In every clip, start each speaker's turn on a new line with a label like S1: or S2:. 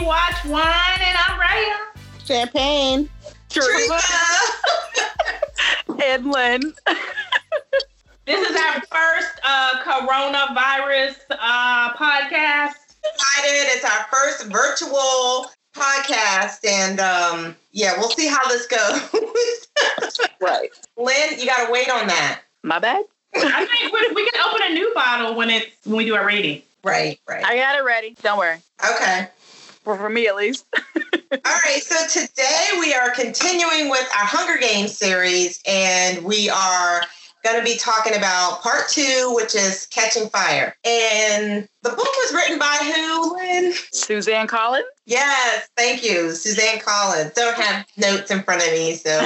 S1: watch wine and umbrella.
S2: Champagne.
S1: Trina.
S3: and Lynn.
S1: This is our first uh, coronavirus uh, podcast.
S4: excited. It's our first virtual podcast, and um, yeah, we'll see how this goes.
S2: Right.
S4: Lynn, you got to wait on that.
S3: My bad.
S1: I think we, we can open a new bottle when it's when we do our rating.
S4: Right, right.
S3: I got it ready. Don't worry.
S4: Okay.
S3: For, for me, at least.
S4: All right. So today we are continuing with our Hunger Games series, and we are going to be talking about part two, which is Catching Fire. And the book was written by who, Lynn?
S3: Suzanne Collins.
S4: Yes, thank you, Suzanne Collins. Don't have notes in front of me, so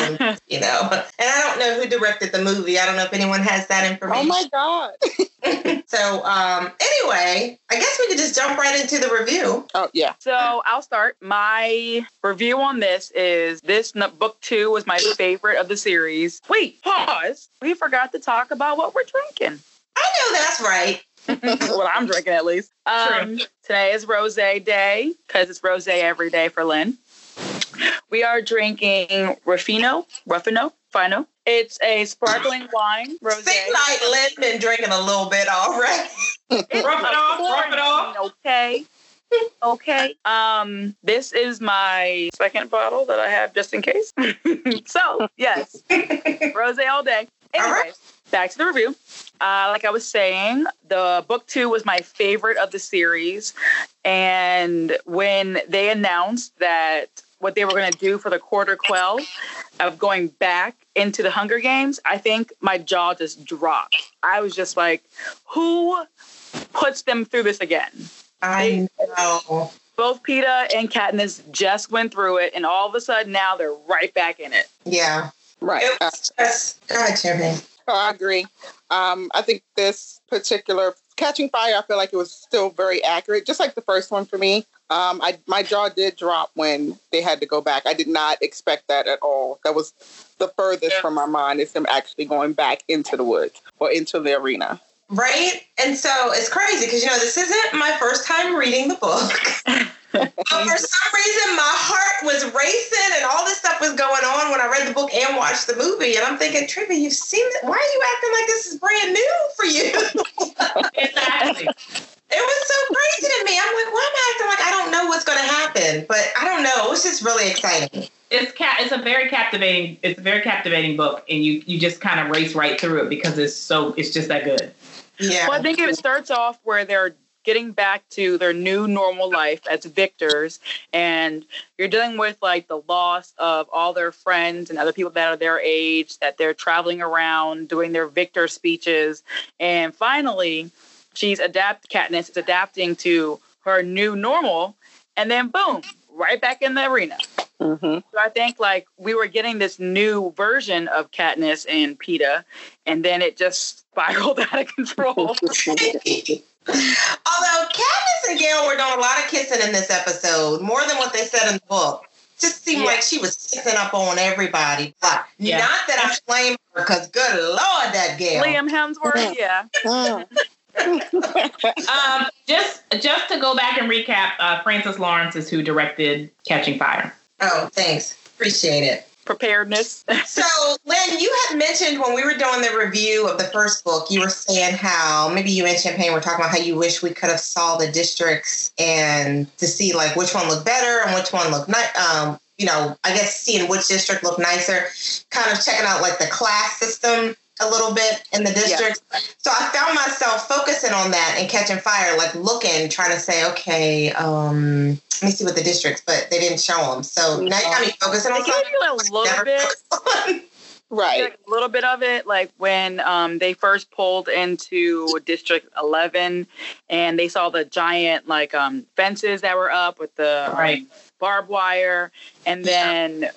S4: you know. And I don't know who directed the movie. I don't know if anyone has that
S2: Oh
S4: information.
S2: my God.
S4: so, um, anyway, I guess we could just jump right into the review.
S2: Oh yeah.
S3: So I'll start. My review on this is this n- book two was my favorite of the series. Wait, pause. We forgot to talk about what we're drinking.
S4: I know that's right.
S3: what I'm drinking, at least. Um, today is Rose Day because it's Rose every day for Lynn. We are drinking Ruffino, Ruffino, Fino. It's a sparkling wine, Rose.
S4: Seems like Lynn been drinking a little bit already.
S1: Rub it off, rub it off.
S3: Okay. Okay. Um, this is my second bottle that I have just in case. so, yes, rose all day.
S4: All
S3: Anyway, back to the review. Uh, like I was saying, the book two was my favorite of the series. And when they announced that what they were going to do for the quarter quell of going back into the Hunger Games, I think my jaw just dropped. I was just like, who puts them through this again?
S4: I know.
S3: Both PETA and Katniss just went through it, and all of a sudden now they're right back in it.
S4: Yeah.
S2: Right.
S4: It
S2: Uh,
S4: was just, God, Jimmy.
S2: I agree. Um, I think this particular catching fire, I feel like it was still very accurate, just like the first one for me. Um, I my jaw did drop when they had to go back. I did not expect that at all. That was the furthest from my mind is them actually going back into the woods or into the arena.
S4: Right? And so it's crazy because, you know, this isn't my first time reading the book. but for some reason, my heart was racing and all this stuff was going on when I read the book and watched the movie. And I'm thinking, Trivia, you've seen it. Why are you acting like this is brand new for you?
S1: Exactly.
S4: It was so crazy to me. I'm like, why am I acting like I don't know what's going to happen? But I don't know. It was just really exciting.
S1: It's ca- it's a very captivating it's a very captivating book and you you just kind of race right through it because it's so it's just that good.
S4: Yeah.
S3: Well, I think it starts off where they're getting back to their new normal life as victors, and you're dealing with like the loss of all their friends and other people that are their age, that they're traveling around doing their victor speeches, and finally, she's adapt. Katniss is adapting to her new normal, and then boom, right back in the arena.
S2: Mm-hmm.
S3: So I think like we were getting this new version of Katniss and PETA, and then it just spiraled out of control.
S4: Although Katniss and Gail were doing a lot of kissing in this episode, more than what they said in the book. Just seemed
S3: Yeah.
S4: like she was kissing up on everybody. Like,
S1: Yeah.
S4: Not that I blame her, because good lord, that Gail.
S3: Liam Hemsworth, yeah.
S1: Um, just just to go back and recap, uh, Francis Lawrence is who directed Catching Fire.
S4: Oh, thanks. Appreciate it.
S3: Preparedness.
S4: So, Lynn, you had mentioned when we were doing the review of the first book, you were saying how maybe you and Champagne were talking about how you wish we could have saw the districts and to see like which one looked better and which one looked nice. Um, you know, I guess seeing which district looked nicer, kind of checking out like the class system a little bit in the districts. So I found myself focusing on that and catching fire, like looking, trying to say, okay, um, let me see what the districts, but they didn't show them. So now you got me focusing
S3: They
S4: on
S3: gave
S4: something.
S3: you a little bit,
S2: Right.
S3: like, a little bit of it, like when um, they first pulled into District Eleven, and they saw the giant like um, fences that were up with the um,
S1: Right.
S3: barbed wire, and then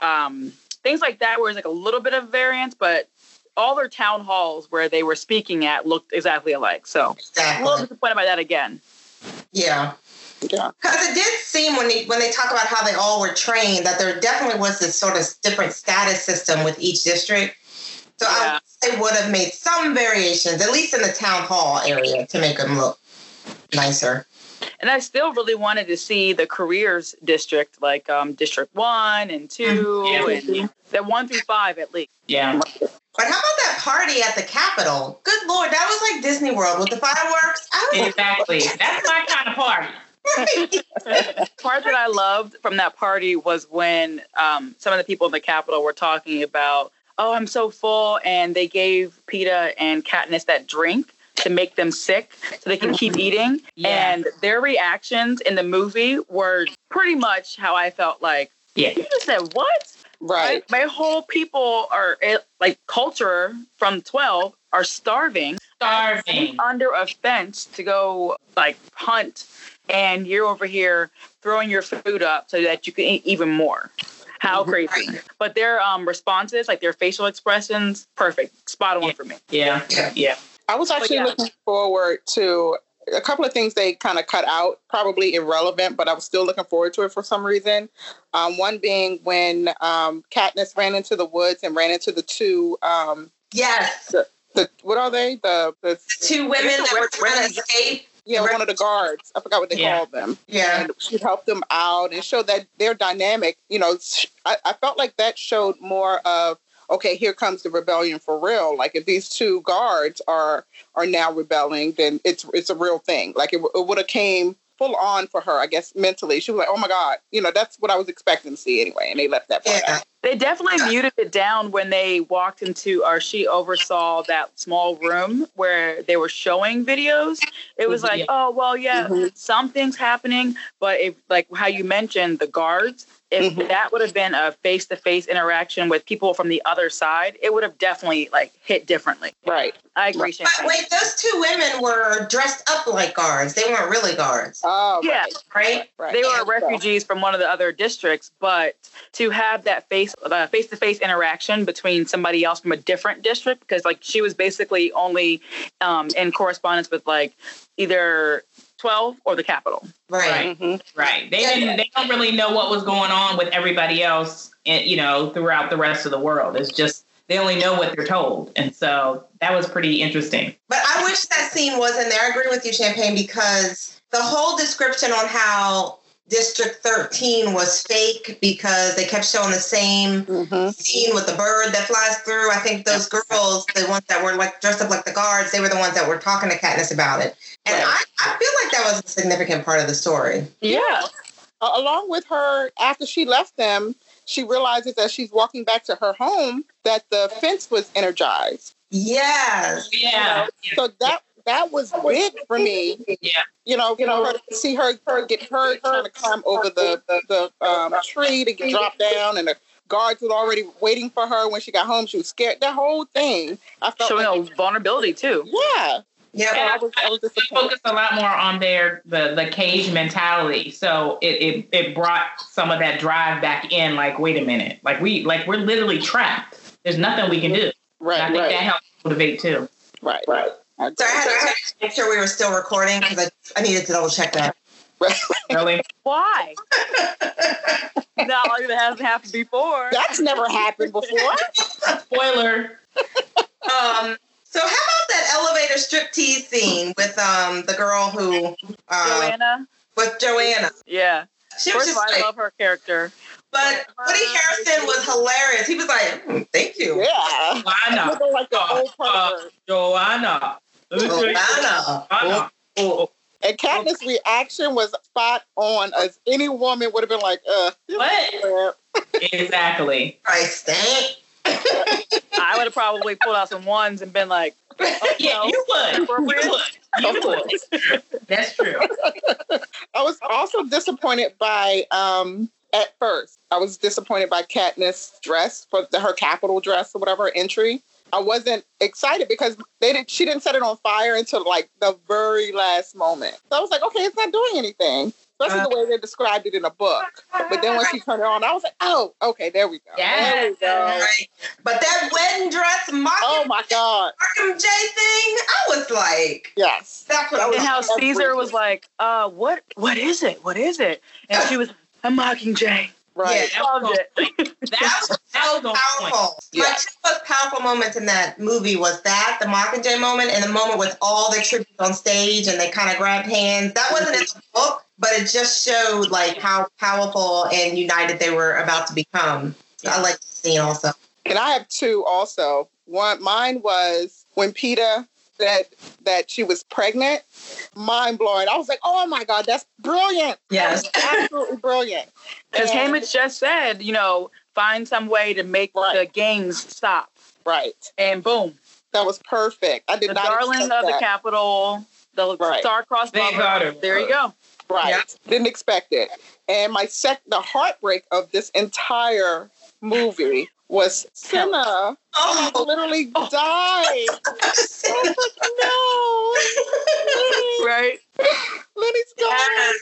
S3: um, things like that, where it's like a little bit of variance, but all their town halls where they were speaking at looked exactly alike. So a
S4: Exactly.
S3: little disappointed by that again.
S4: Yeah.
S2: Yeah.
S4: Because it did seem when they, when they talk about how they all were trained that there definitely was this sort of different status system with each district. So
S3: Yeah.
S4: I would say would have made some variations, at least in the town hall area, to make them look nicer.
S3: And And I still really wanted to see the careers district, like um, District One and Two,
S1: Mm-hmm. Yeah.
S3: and that one through five at least.
S1: Yeah.
S4: But how about that party at the Capitol? Good lord, that was like Disney World with the fireworks. I was like,
S1: Exactly. That's my kind of party.
S3: part that I loved from that party was when um, some of the people in the Capitol were talking about, oh, I'm so full. And they gave PETA and Katniss that drink to make them sick so they can keep eating.
S1: Mm-hmm. Yeah.
S3: And their reactions in the movie were pretty much how I felt like,
S1: Yeah.
S3: you just said, what?
S2: Right.
S3: My whole people are eh, like culture from 12 are starving
S1: Starving.
S3: under a fence to go like hunt and you're over here throwing your food up so that you can eat even more how crazy
S4: Right.
S3: but their um responses like their facial expressions perfect spot on
S1: Yeah.
S3: for me
S1: Yeah. Yeah.
S2: I was actually
S3: yeah.
S2: looking forward to a couple of things they kind of cut out, probably irrelevant, but I was still looking forward to it for some reason. Um, one being when um, Katniss ran into the woods and ran into the two, um,
S4: yes,
S2: the what are they? The, the
S4: two women that were trying to escape.
S2: yeah, one of the guards. I forgot what they
S1: Yeah.
S2: called them.
S4: Yeah.
S2: And she helped them out and showed that their dynamic. You know, sh- I, I felt like that showed more of okay, here comes the rebellion for real. Like if these two guards are are now rebelling, then it's it's a real thing. Like it, w- it would have came full on for her, I guess mentally. She was like, oh my god, you know, that's what I was expecting to see anyway, and they left that part.
S4: Yeah.
S2: out.
S3: they definitely muted it down when they walked into or she oversaw that small room where they were showing videos it was
S1: Mhm,
S3: like
S1: yeah.
S3: oh well yeah
S2: Mhm.
S3: something's happening but if like how you mentioned the guards if
S2: Mhm.
S3: that would have been a face-to-face interaction with people from the other side it would have definitely like hit differently
S2: Right.
S3: i agree
S4: But
S3: Champagne.
S4: wait, those two women were dressed up like guards. They weren't really guards,
S2: Oh,
S3: yeah
S2: right,
S4: right?
S2: right.
S3: they
S4: Yeah,
S3: were refugees from one of the other districts, but to have that face uh, face-to-face interaction between somebody else from a different district, because like she was basically only um, in correspondence with like either twelve or the capital.
S4: Right.
S1: Right.
S2: Mhm.
S1: Right. They didn't. They don't really know what was going on with everybody else. And you know, throughout the rest of the world, it's just they only know what they're told, and so that was pretty interesting.
S4: But I wish that scene was in there. I agree with you, Champagne, because the whole description on how District 13 was fake because they kept showing the same
S2: Mhm.
S4: scene with the bird that flies through. I think those girls, the ones that were like dressed up like the guards, they were the ones that were talking to Katniss about it. And
S2: Right.
S4: I, I feel like that was a significant part of the story.
S3: Yeah,
S2: A- along with her after she left them she realizes as she's walking back to her home that the fence was energized
S4: Yes.
S1: Yeah.
S2: so that that was big for me
S1: Yeah.
S2: you know you know her, see her, her get hurt trying to climb over the the, the um, tree to get dropped down and the guards were already waiting for her when she got home she was scared that whole thing i felt
S3: showing
S2: like,
S3: a vulnerability too.
S2: yeah
S4: Yep.
S2: I was, I was
S1: They
S2: disappointed
S1: focused a lot more on their the the cage mentality, so it, it it brought some of that drive back in. Like, wait a minute, like we like we're literally trapped. There's nothing we can do. And I
S2: right
S1: think
S2: right,
S1: that helped motivate too.
S2: right right I
S4: So I had
S2: agree.
S4: to check to make sure we were still recording because I, I needed to double check that.
S1: Really,
S3: Why? Not like that hasn't happened before.
S2: that's never happened before
S1: spoiler.
S4: Um, so how about that elevator striptease scene with um, the girl who uh,
S3: Joanna.
S4: with Joanna?
S3: Yeah.
S4: She was
S3: First of
S4: just
S3: all, I
S4: like,
S3: love her character.
S4: but Woody Harrison was hilarious. He was like, "Mm, "Thank you,
S2: yeah
S1: Joanna,
S2: Looking like the
S1: Uh,
S2: old
S1: uh,
S2: pervert.
S1: Joanna,
S4: Joanna."
S1: Joanna.
S2: And Katniss' reaction was spot on, as any woman would have been like, "Uh,
S1: What? Exactly.
S4: Christ, thank.
S3: I would have probably pulled out some ones and been like, oh,
S1: Yeah,
S3: no.
S1: you would.
S3: Appropriate.
S1: You would. You would. That's true.
S2: I was also disappointed by um at first. I was disappointed by Katniss' dress for the, her capital dress or whatever her entry. I wasn't excited because they didn't. She didn't set it on fire until like the very last moment. So I was like, okay, it's not doing anything. Especially
S1: Uh,
S2: the way they described it in a book. But then when she turned it on, I was like, oh, okay, there we go. There we
S4: All
S2: go.
S4: right. But that wedding dress
S2: Oh
S4: Markham,
S2: my God.
S4: Markham J thing, I was like,
S2: Yes.
S4: that's what I
S3: and
S4: was.
S3: how Caesar was like, uh, what what is it? What is it? And she was, a mockingjay.
S2: Right.
S1: Yeah.
S3: Loved it.
S1: That was
S4: so
S1: on point.
S4: powerful.
S2: Yeah.
S4: My two most powerful moments in that movie was that the Mockingjay moment and the moment with all the tributes on stage and they kind of grabbed hands. That wasn't in the book, but it just showed like how powerful and united they were about to become. I like the scene also.
S2: And I have two also. One, mine was when Peta said that she was pregnant. Mind blowing. I was like, oh my god, that's brilliant.
S4: Yes.
S2: Absolutely brilliant.
S3: As
S2: Yeah.
S3: Hamish just said, you know, find some way to make
S2: Right.
S3: the games stop.
S2: Right.
S3: And boom,
S2: That was perfect. I did
S3: the
S2: not
S3: darling of
S2: expect
S3: the
S2: that.
S3: capital, the
S2: Right.
S3: star-crossed
S1: They got
S3: lover.
S1: her.
S3: There you go.
S2: Right.
S4: Yeah.
S2: Didn't expect it. And my sec the heartbreak of this entire movie was Senna
S4: Oh,
S2: literally died. No. Lenny-
S3: Right?
S2: Lenny's gone.
S4: yes.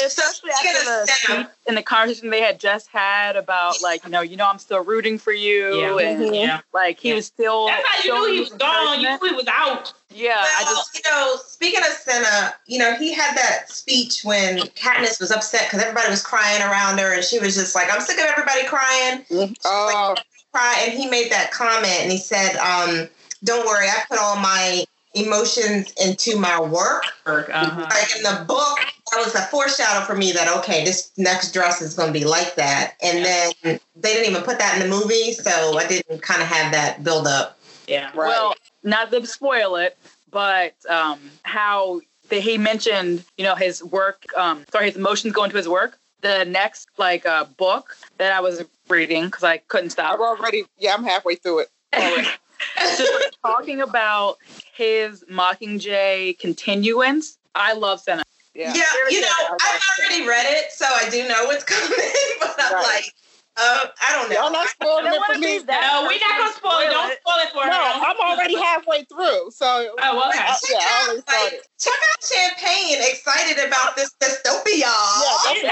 S3: Especially
S4: Speaking
S3: after the
S4: of Senna.
S3: speech and the conversation they had just had about like, you know, you know, I'm still rooting for you.
S1: Yeah.
S3: And
S2: Mhm.
S1: Yeah.
S3: like he
S1: Yeah.
S3: was still
S1: That's how you
S3: showing
S1: knew he
S3: you
S1: was gone. You
S3: encouragement.
S1: knew he was out.
S3: Yeah, uh, I
S4: Well,
S3: just
S4: you know, speaking of Senna, you know, he had that speech when Katniss was upset because everybody was crying around her, and she was just like, "I'm sick of everybody crying,
S2: Oh,
S4: cry." And he made that comment, and he said, um, "Don't worry, I put all my emotions into my work."
S1: Uh-huh.
S4: Like in the book, that was a foreshadow for me that okay, this next dress is going to be like that. And then they didn't even put that in the movie, so I didn't kind of have that build up.
S1: Yeah.
S2: right.
S3: Well, not to spoil it, but um, how the, he mentioned, you know, his work, um, sorry, his emotions go into his work. The next like uh, book that I was reading because I couldn't
S2: I've
S3: stop
S2: already yeah, I'm halfway through it. Already.
S3: just like, talking about his Mockingjay continuance. I love Senna.
S2: Yeah.
S4: Yeah,
S3: Very
S4: you know,
S3: good. I
S4: I've already read it, so I do know what's coming, but I'm
S2: Right.
S4: like, uh, I don't
S2: Y'all
S4: know.
S2: not spoiling it
S3: wanna
S2: for me.
S1: No, we're not gonna spoil it. Don't spoil it for her.
S2: No, I'm already halfway through. So
S1: Oh, okay.
S2: I-
S4: Check
S2: yeah, I
S4: out,
S2: already
S4: like,
S2: started.
S4: check out Champagne excited about this dystopia.
S2: Yeah, that's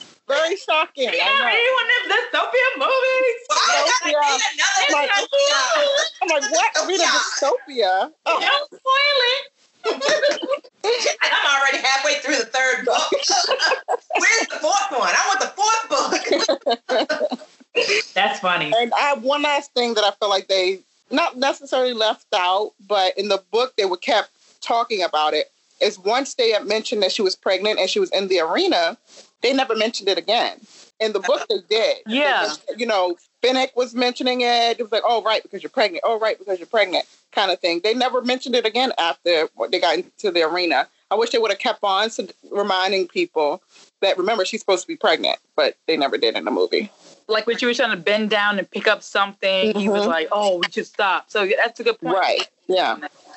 S1: Yes.
S2: very shocking.
S1: We
S2: I know.
S1: already won this dystopia movies.
S4: Why I gotta
S2: dystopia.
S4: read another
S2: Like-
S4: dystopia?
S2: I'm like, what? Read a dystopia. Oh,
S1: Don't spoil it.
S4: And I'm already halfway through the third book. Where's the fourth one? I want the fourth book.
S1: That's funny.
S2: And I have one last thing that I feel like they not necessarily left out, but in the book they were kept talking about it. Is once they had mentioned that she was pregnant and she was in the arena, they never mentioned it again. In the book they did. They
S3: Yeah.
S2: mentioned- you know, Finnick was mentioning it. It was like, oh right, because you're pregnant. Oh right, because you're pregnant, kind of thing. They never mentioned it again after they got into the arena. I wish they would have kept on s- reminding people that remember she's supposed to be pregnant, but they never did in the movie.
S3: Like when she was trying to bend down and pick up something, he was
S2: Mhm.
S3: like, "Oh, we should stop." So that's a good point.
S2: Right. Yeah.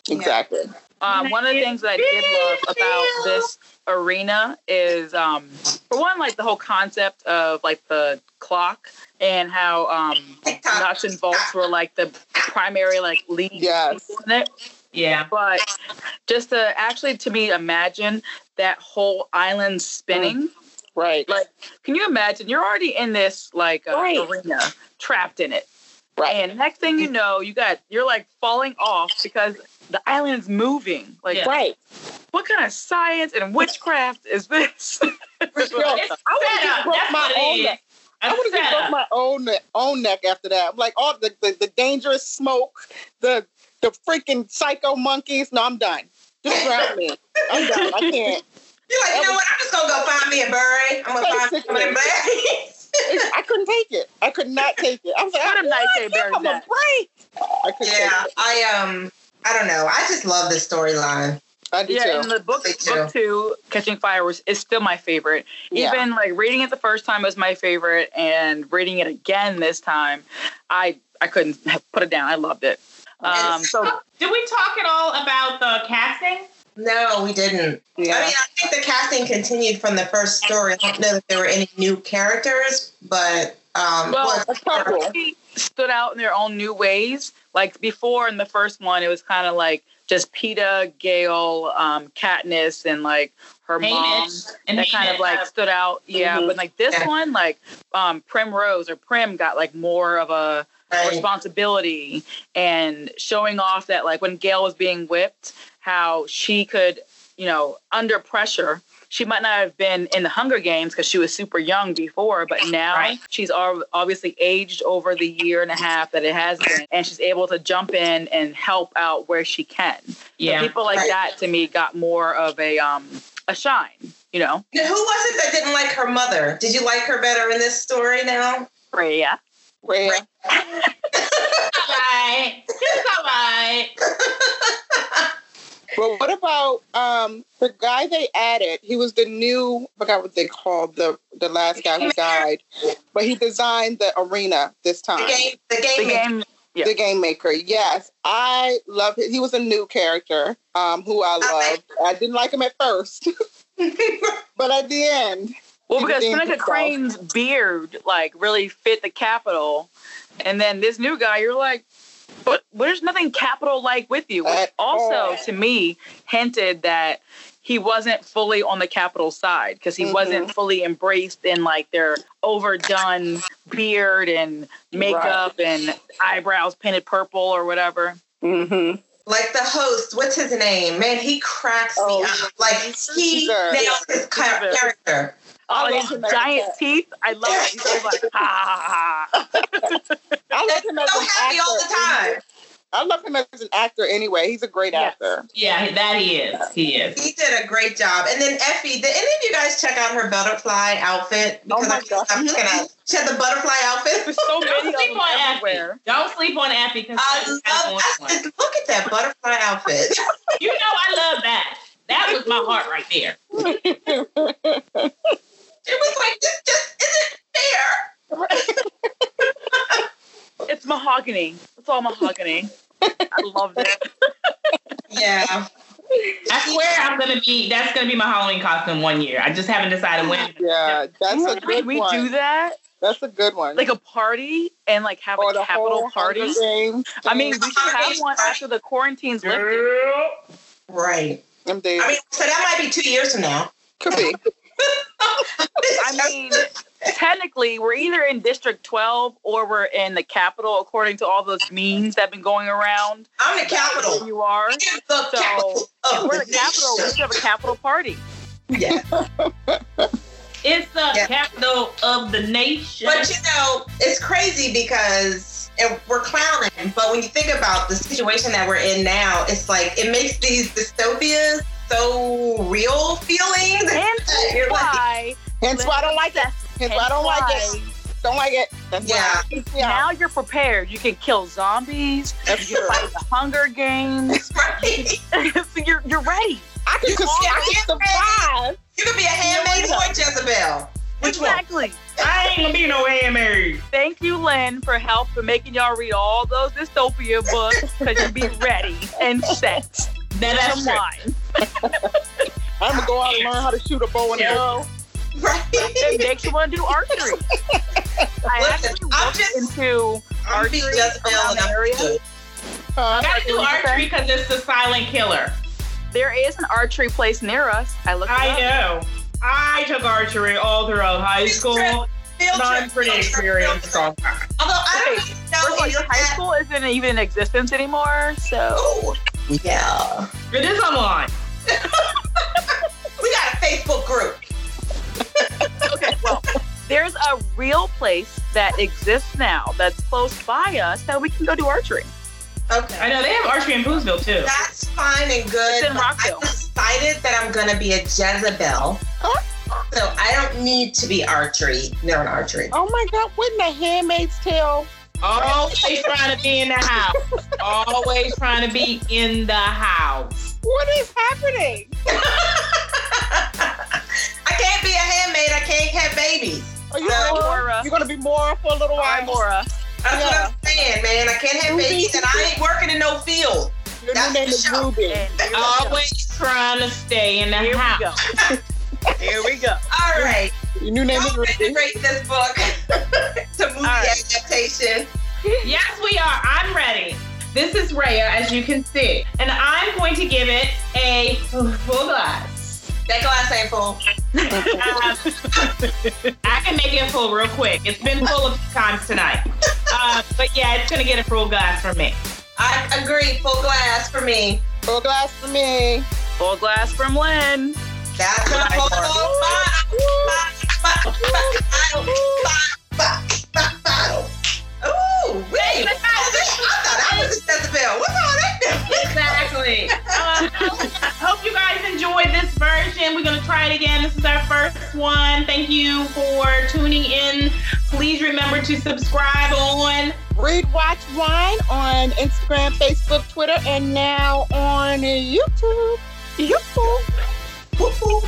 S2: Exactly.
S3: Um, one of the things that I did love about this arena is, um, for one, like the whole concept of like the clock and how um,
S4: TikTok.
S3: nuts and bolts were like the primary like lead
S2: Yes.
S3: people in it.
S1: Yeah.
S3: But just to actually, to me, imagine that whole island spinning.
S2: Mm-hmm. Right.
S3: Like, Can you imagine? You're already in this like uh,
S2: Right.
S3: arena, trapped in it.
S2: Right.
S3: And next thing you know, you got you're like falling off because the island is moving. Like
S1: Yeah.
S2: Right.
S3: what kind of science and witchcraft is this?
S2: Yo,
S1: It's
S2: I would've
S1: set
S2: just
S1: up.
S2: broke
S1: That's
S2: my
S1: what it
S2: own
S1: is.
S2: neck. I
S1: A
S2: would have
S1: set
S2: broke
S1: up.
S2: my own ne- own neck after that. I'm like all the, the, the dangerous smoke, the the freaking psycho monkeys. No, I'm done. Just drown me. I'm done. I can't.
S4: You're like, you know what? I'm just gonna go find me a bird. I'm gonna find somebody and bury.
S2: It's- I couldn't take it. I could not take it. I was like,
S3: What
S2: I
S3: a nice day, Barry.
S2: I'm a break. I couldn't
S4: Yeah,
S2: take it.
S4: I um, I don't know. I just love the storyline.
S2: I do
S3: Yeah,
S2: too.
S3: and the book
S4: Me too.
S3: book two, Catching Fire, was is still my favorite.
S2: Yeah.
S3: Even like reading it the first time was my favorite, and reading it again this time, I I couldn't put it down. I loved it. Um, so
S1: Did we talk at all about the casting?
S4: No, we didn't. I mean,
S2: yeah.
S4: I think the casting continued from the first story. I don't know if there were any new characters, but um,
S3: Well,
S4: well,
S2: A couple.
S3: they stood out in their own new ways. Like before in the first one, it was kind of like just Peta, Gail, um, Katniss, and like her mom.
S1: Hamish and
S3: that kind of
S1: Hamish.
S3: like stood out. Yeah,
S2: Mhm.
S3: but like this
S4: Yeah.
S3: one, like um, Primrose or Prim got like more of a
S4: right.
S3: responsibility and showing off that like when Gail was being whipped, how she could, you know, under pressure she might not have been in the Hunger Games because she was super young before, but now
S1: Right.
S3: she's al- obviously aged over the year and a half that it has been, and she's able to jump in and help out where she can. So
S1: Yeah.
S3: people like
S4: Right.
S3: that to me got more of a um a shine, you know.
S4: Now, who was it that didn't like her mother? Did you like her better in this story now?
S3: Freya.
S2: Rhea.
S1: alright. It's alright.
S2: Well, what about um, the guy they added? He was the new, I forgot what they called the the last guy who died, but he designed the arena this
S4: The
S2: time.
S4: game, Uh, the game,
S3: The game yeah.
S2: The game maker, yes, I love it. He was a new character um, who I loved. I didn't like him at first, but at the end,
S3: Well,
S2: She
S3: because
S2: redeemed
S3: Seneca
S2: herself.
S3: Crane's beard like really fit the capital, and then this new guy, you're like, but there's nothing capital like with you. Which
S2: At
S3: also,
S2: all.
S3: to me, hinted that he wasn't fully on the capital side because he
S2: Mhm.
S3: wasn't fully embraced in like their overdone beard and makeup and eyebrows painted purple or whatever.
S2: mm-hmm.
S4: like the host. What's his name? Man, he cracks
S2: Oh,
S4: me up. Like he
S2: Caesar.
S4: nails his
S3: Caesar.
S4: ca- character.
S3: Oh,
S2: I
S3: and
S2: love
S3: his
S2: him every
S3: giant
S2: time.
S3: teeth! I love it. He's always like, ha ha ha. ha.
S2: I love
S4: That's
S2: him as
S4: so
S2: an
S4: happy all
S2: actor
S4: the time.
S2: anyway. I love him as an actor anyway. He's a great
S3: Yes.
S2: actor.
S1: Yeah, that he is. He is.
S4: He did a great job. And then Effie, did any of you guys check out her butterfly outfit?
S2: Oh my
S4: I couldn't
S2: God.
S4: stop looking at it. She had the butterfly outfit.
S3: There's so
S1: Don't
S3: many of
S1: sleep
S3: them
S1: on
S3: everywhere.
S1: Effie. Don't sleep on Effie because
S4: I love I- Look at that butterfly outfit.
S1: You know I love that. That was my heart right there.
S4: It was like, this just isn't fair.
S3: It's mahogany. It's all mahogany. I loved it.
S4: Yeah.
S1: I swear I'm gonna be. That's gonna be my Halloween costume one year. I just haven't decided when.
S2: Yeah, that's a
S3: Can
S2: good
S3: we
S2: one.
S3: do that?
S2: That's a good one.
S3: Like a party and like have
S2: Or
S3: a
S2: the
S3: capital
S2: whole
S3: party?
S2: Hunger Games
S3: I mean,
S2: thing.
S3: we should have one after the quarantine's lifted.
S4: Right.
S2: I'm dead.
S4: I mean, so that might be two years from now.
S2: could be.
S3: I mean, technically, we're either in District 12 or we're in the capital, according to all those memes that have been going around.
S4: I'm the
S3: Where
S4: capital.
S3: you are.
S4: The
S3: So,
S4: capital
S3: If
S4: of
S3: we're the
S4: the
S3: capital, we should have a capital party.
S4: nation. Yeah.
S1: It's the
S4: Yeah.
S1: capital of the nation.
S4: But you know, it's crazy because and we're clowning, but when you think about the situation that we're in now, it's like it makes these dystopias so real feelings.
S3: And
S4: You're like,
S3: why?
S2: Hence why I don't like it. Hence why I don't like it. Don't like it. That's
S4: yeah,
S2: Why. Yeah.
S3: Now you're prepared. You can kill zombies.
S2: That's
S3: You
S2: true.
S3: can fight the Hunger Games.
S4: right.
S3: so you're you're ready.
S2: I can, cons- I can survive.
S4: You could be a handmaid or Jezebel. Which one?
S3: exactly.
S1: I ain't gonna be no AMA.
S3: Thank you, Lynn, for help for making y'all read all those dystopia books because you'll be ready and set.
S1: That, that's true.
S3: Come on.
S2: I'm gonna go out and learn how to shoot a bow and
S1: Yeah.
S2: arrow.
S3: It
S4: Right.
S3: makes you want to do archery. I
S4: Listen,
S3: actually
S4: I'm
S3: looked
S4: just-
S3: into
S4: I'm being
S3: archery
S4: Jezebel
S3: around
S4: and
S3: the
S4: I'm
S3: area.
S4: good.
S1: I
S2: Huh?
S1: gotta do
S3: What you
S1: archery because it's the silent killer.
S3: there is an archery place near us. I looked it
S1: I
S3: up.
S1: know. I took archery all throughout high school.
S4: Field Field
S1: and I'm
S4: trip,
S1: pretty
S4: field trip, field
S1: experienced.
S4: trip.
S1: on that.
S4: Although I don't
S3: Okay,
S4: even
S3: First of
S4: know
S3: all,
S4: if
S3: your high
S4: that-
S3: school isn't even in existence anymore, so
S4: Ooh, yeah.
S1: It is online.
S4: We got a Facebook group.
S3: okay, well, there's a real place that exists now that's close by us that we can go do archery.
S4: Okay.
S1: I know they have archery in Boozville too.
S4: That's fine and good.
S3: It's in
S4: but
S3: Rockville.
S4: I decided that I'm gonna be a Jezebel. So I don't need to be archery. They're an archery.
S2: Oh my God! Wouldn't the Handmaid's Tale?
S1: Always trying to be in the house. Always trying to be in the house.
S2: What is happening?
S4: I can't be a handmaid. I can't have babies.
S2: Are you
S3: All right,
S2: Mora?
S3: Mora.
S2: You're gonna be Mora for a little
S3: All
S2: while.
S3: right, Mora.
S4: That's
S2: Yeah.
S4: what I'm saying, man. I can't have
S2: Ruby.
S4: babies, and I ain't working in no field.
S2: Your
S4: That's
S2: new name
S4: the
S2: is
S4: show.
S2: Ruby.
S3: And here we go.
S1: Always trying to stay in the
S3: Here we
S1: house.
S3: go. Here we go.
S4: All right.
S2: Your new name is
S4: Y'all
S2: Ruby.
S4: integrate this book to movie
S3: right.
S4: adaptation.
S1: Yes, we are. I'm ready. This is Raya, as you can see, and I'm going to give it a oh, full glass.
S4: That glass ain't full.
S1: Um, I can make it full real quick. It's been full a few times tonight. Uh, but yeah, it's going to get a full glass from me.
S4: I agree. Full glass for me.
S2: Full glass for me.
S3: Full glass from Lynn.
S4: That's a whole bottle. Bottle. Bottle. Bottle. Ooh, wait. I thought I was a Jezebel. What's all that?
S1: Exactly. Uh, hope you guys enjoyed this version. We're going to try it again. This is our first one. Thank you for tuning in. Please remember to subscribe on.
S2: Read, watch, wine on Instagram, Facebook, Twitter, and now on YouTube. YouTube.
S4: Whoop, whoop.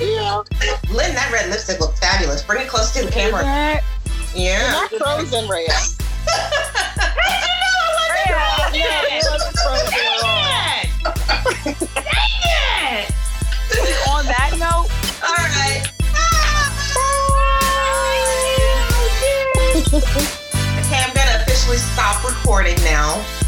S2: Yeah.
S4: Lynn, that red lipstick looked fabulous. Bring it close to the camera.
S2: Right. You're
S4: Yeah.
S2: not frozen, Rhea.
S1: Dang
S2: Yeah,
S1: it!
S2: Rhea wasn't frozen at all.
S1: Dang it!
S3: On that note,
S4: All right. Okay, I'm gonna officially stop recording now.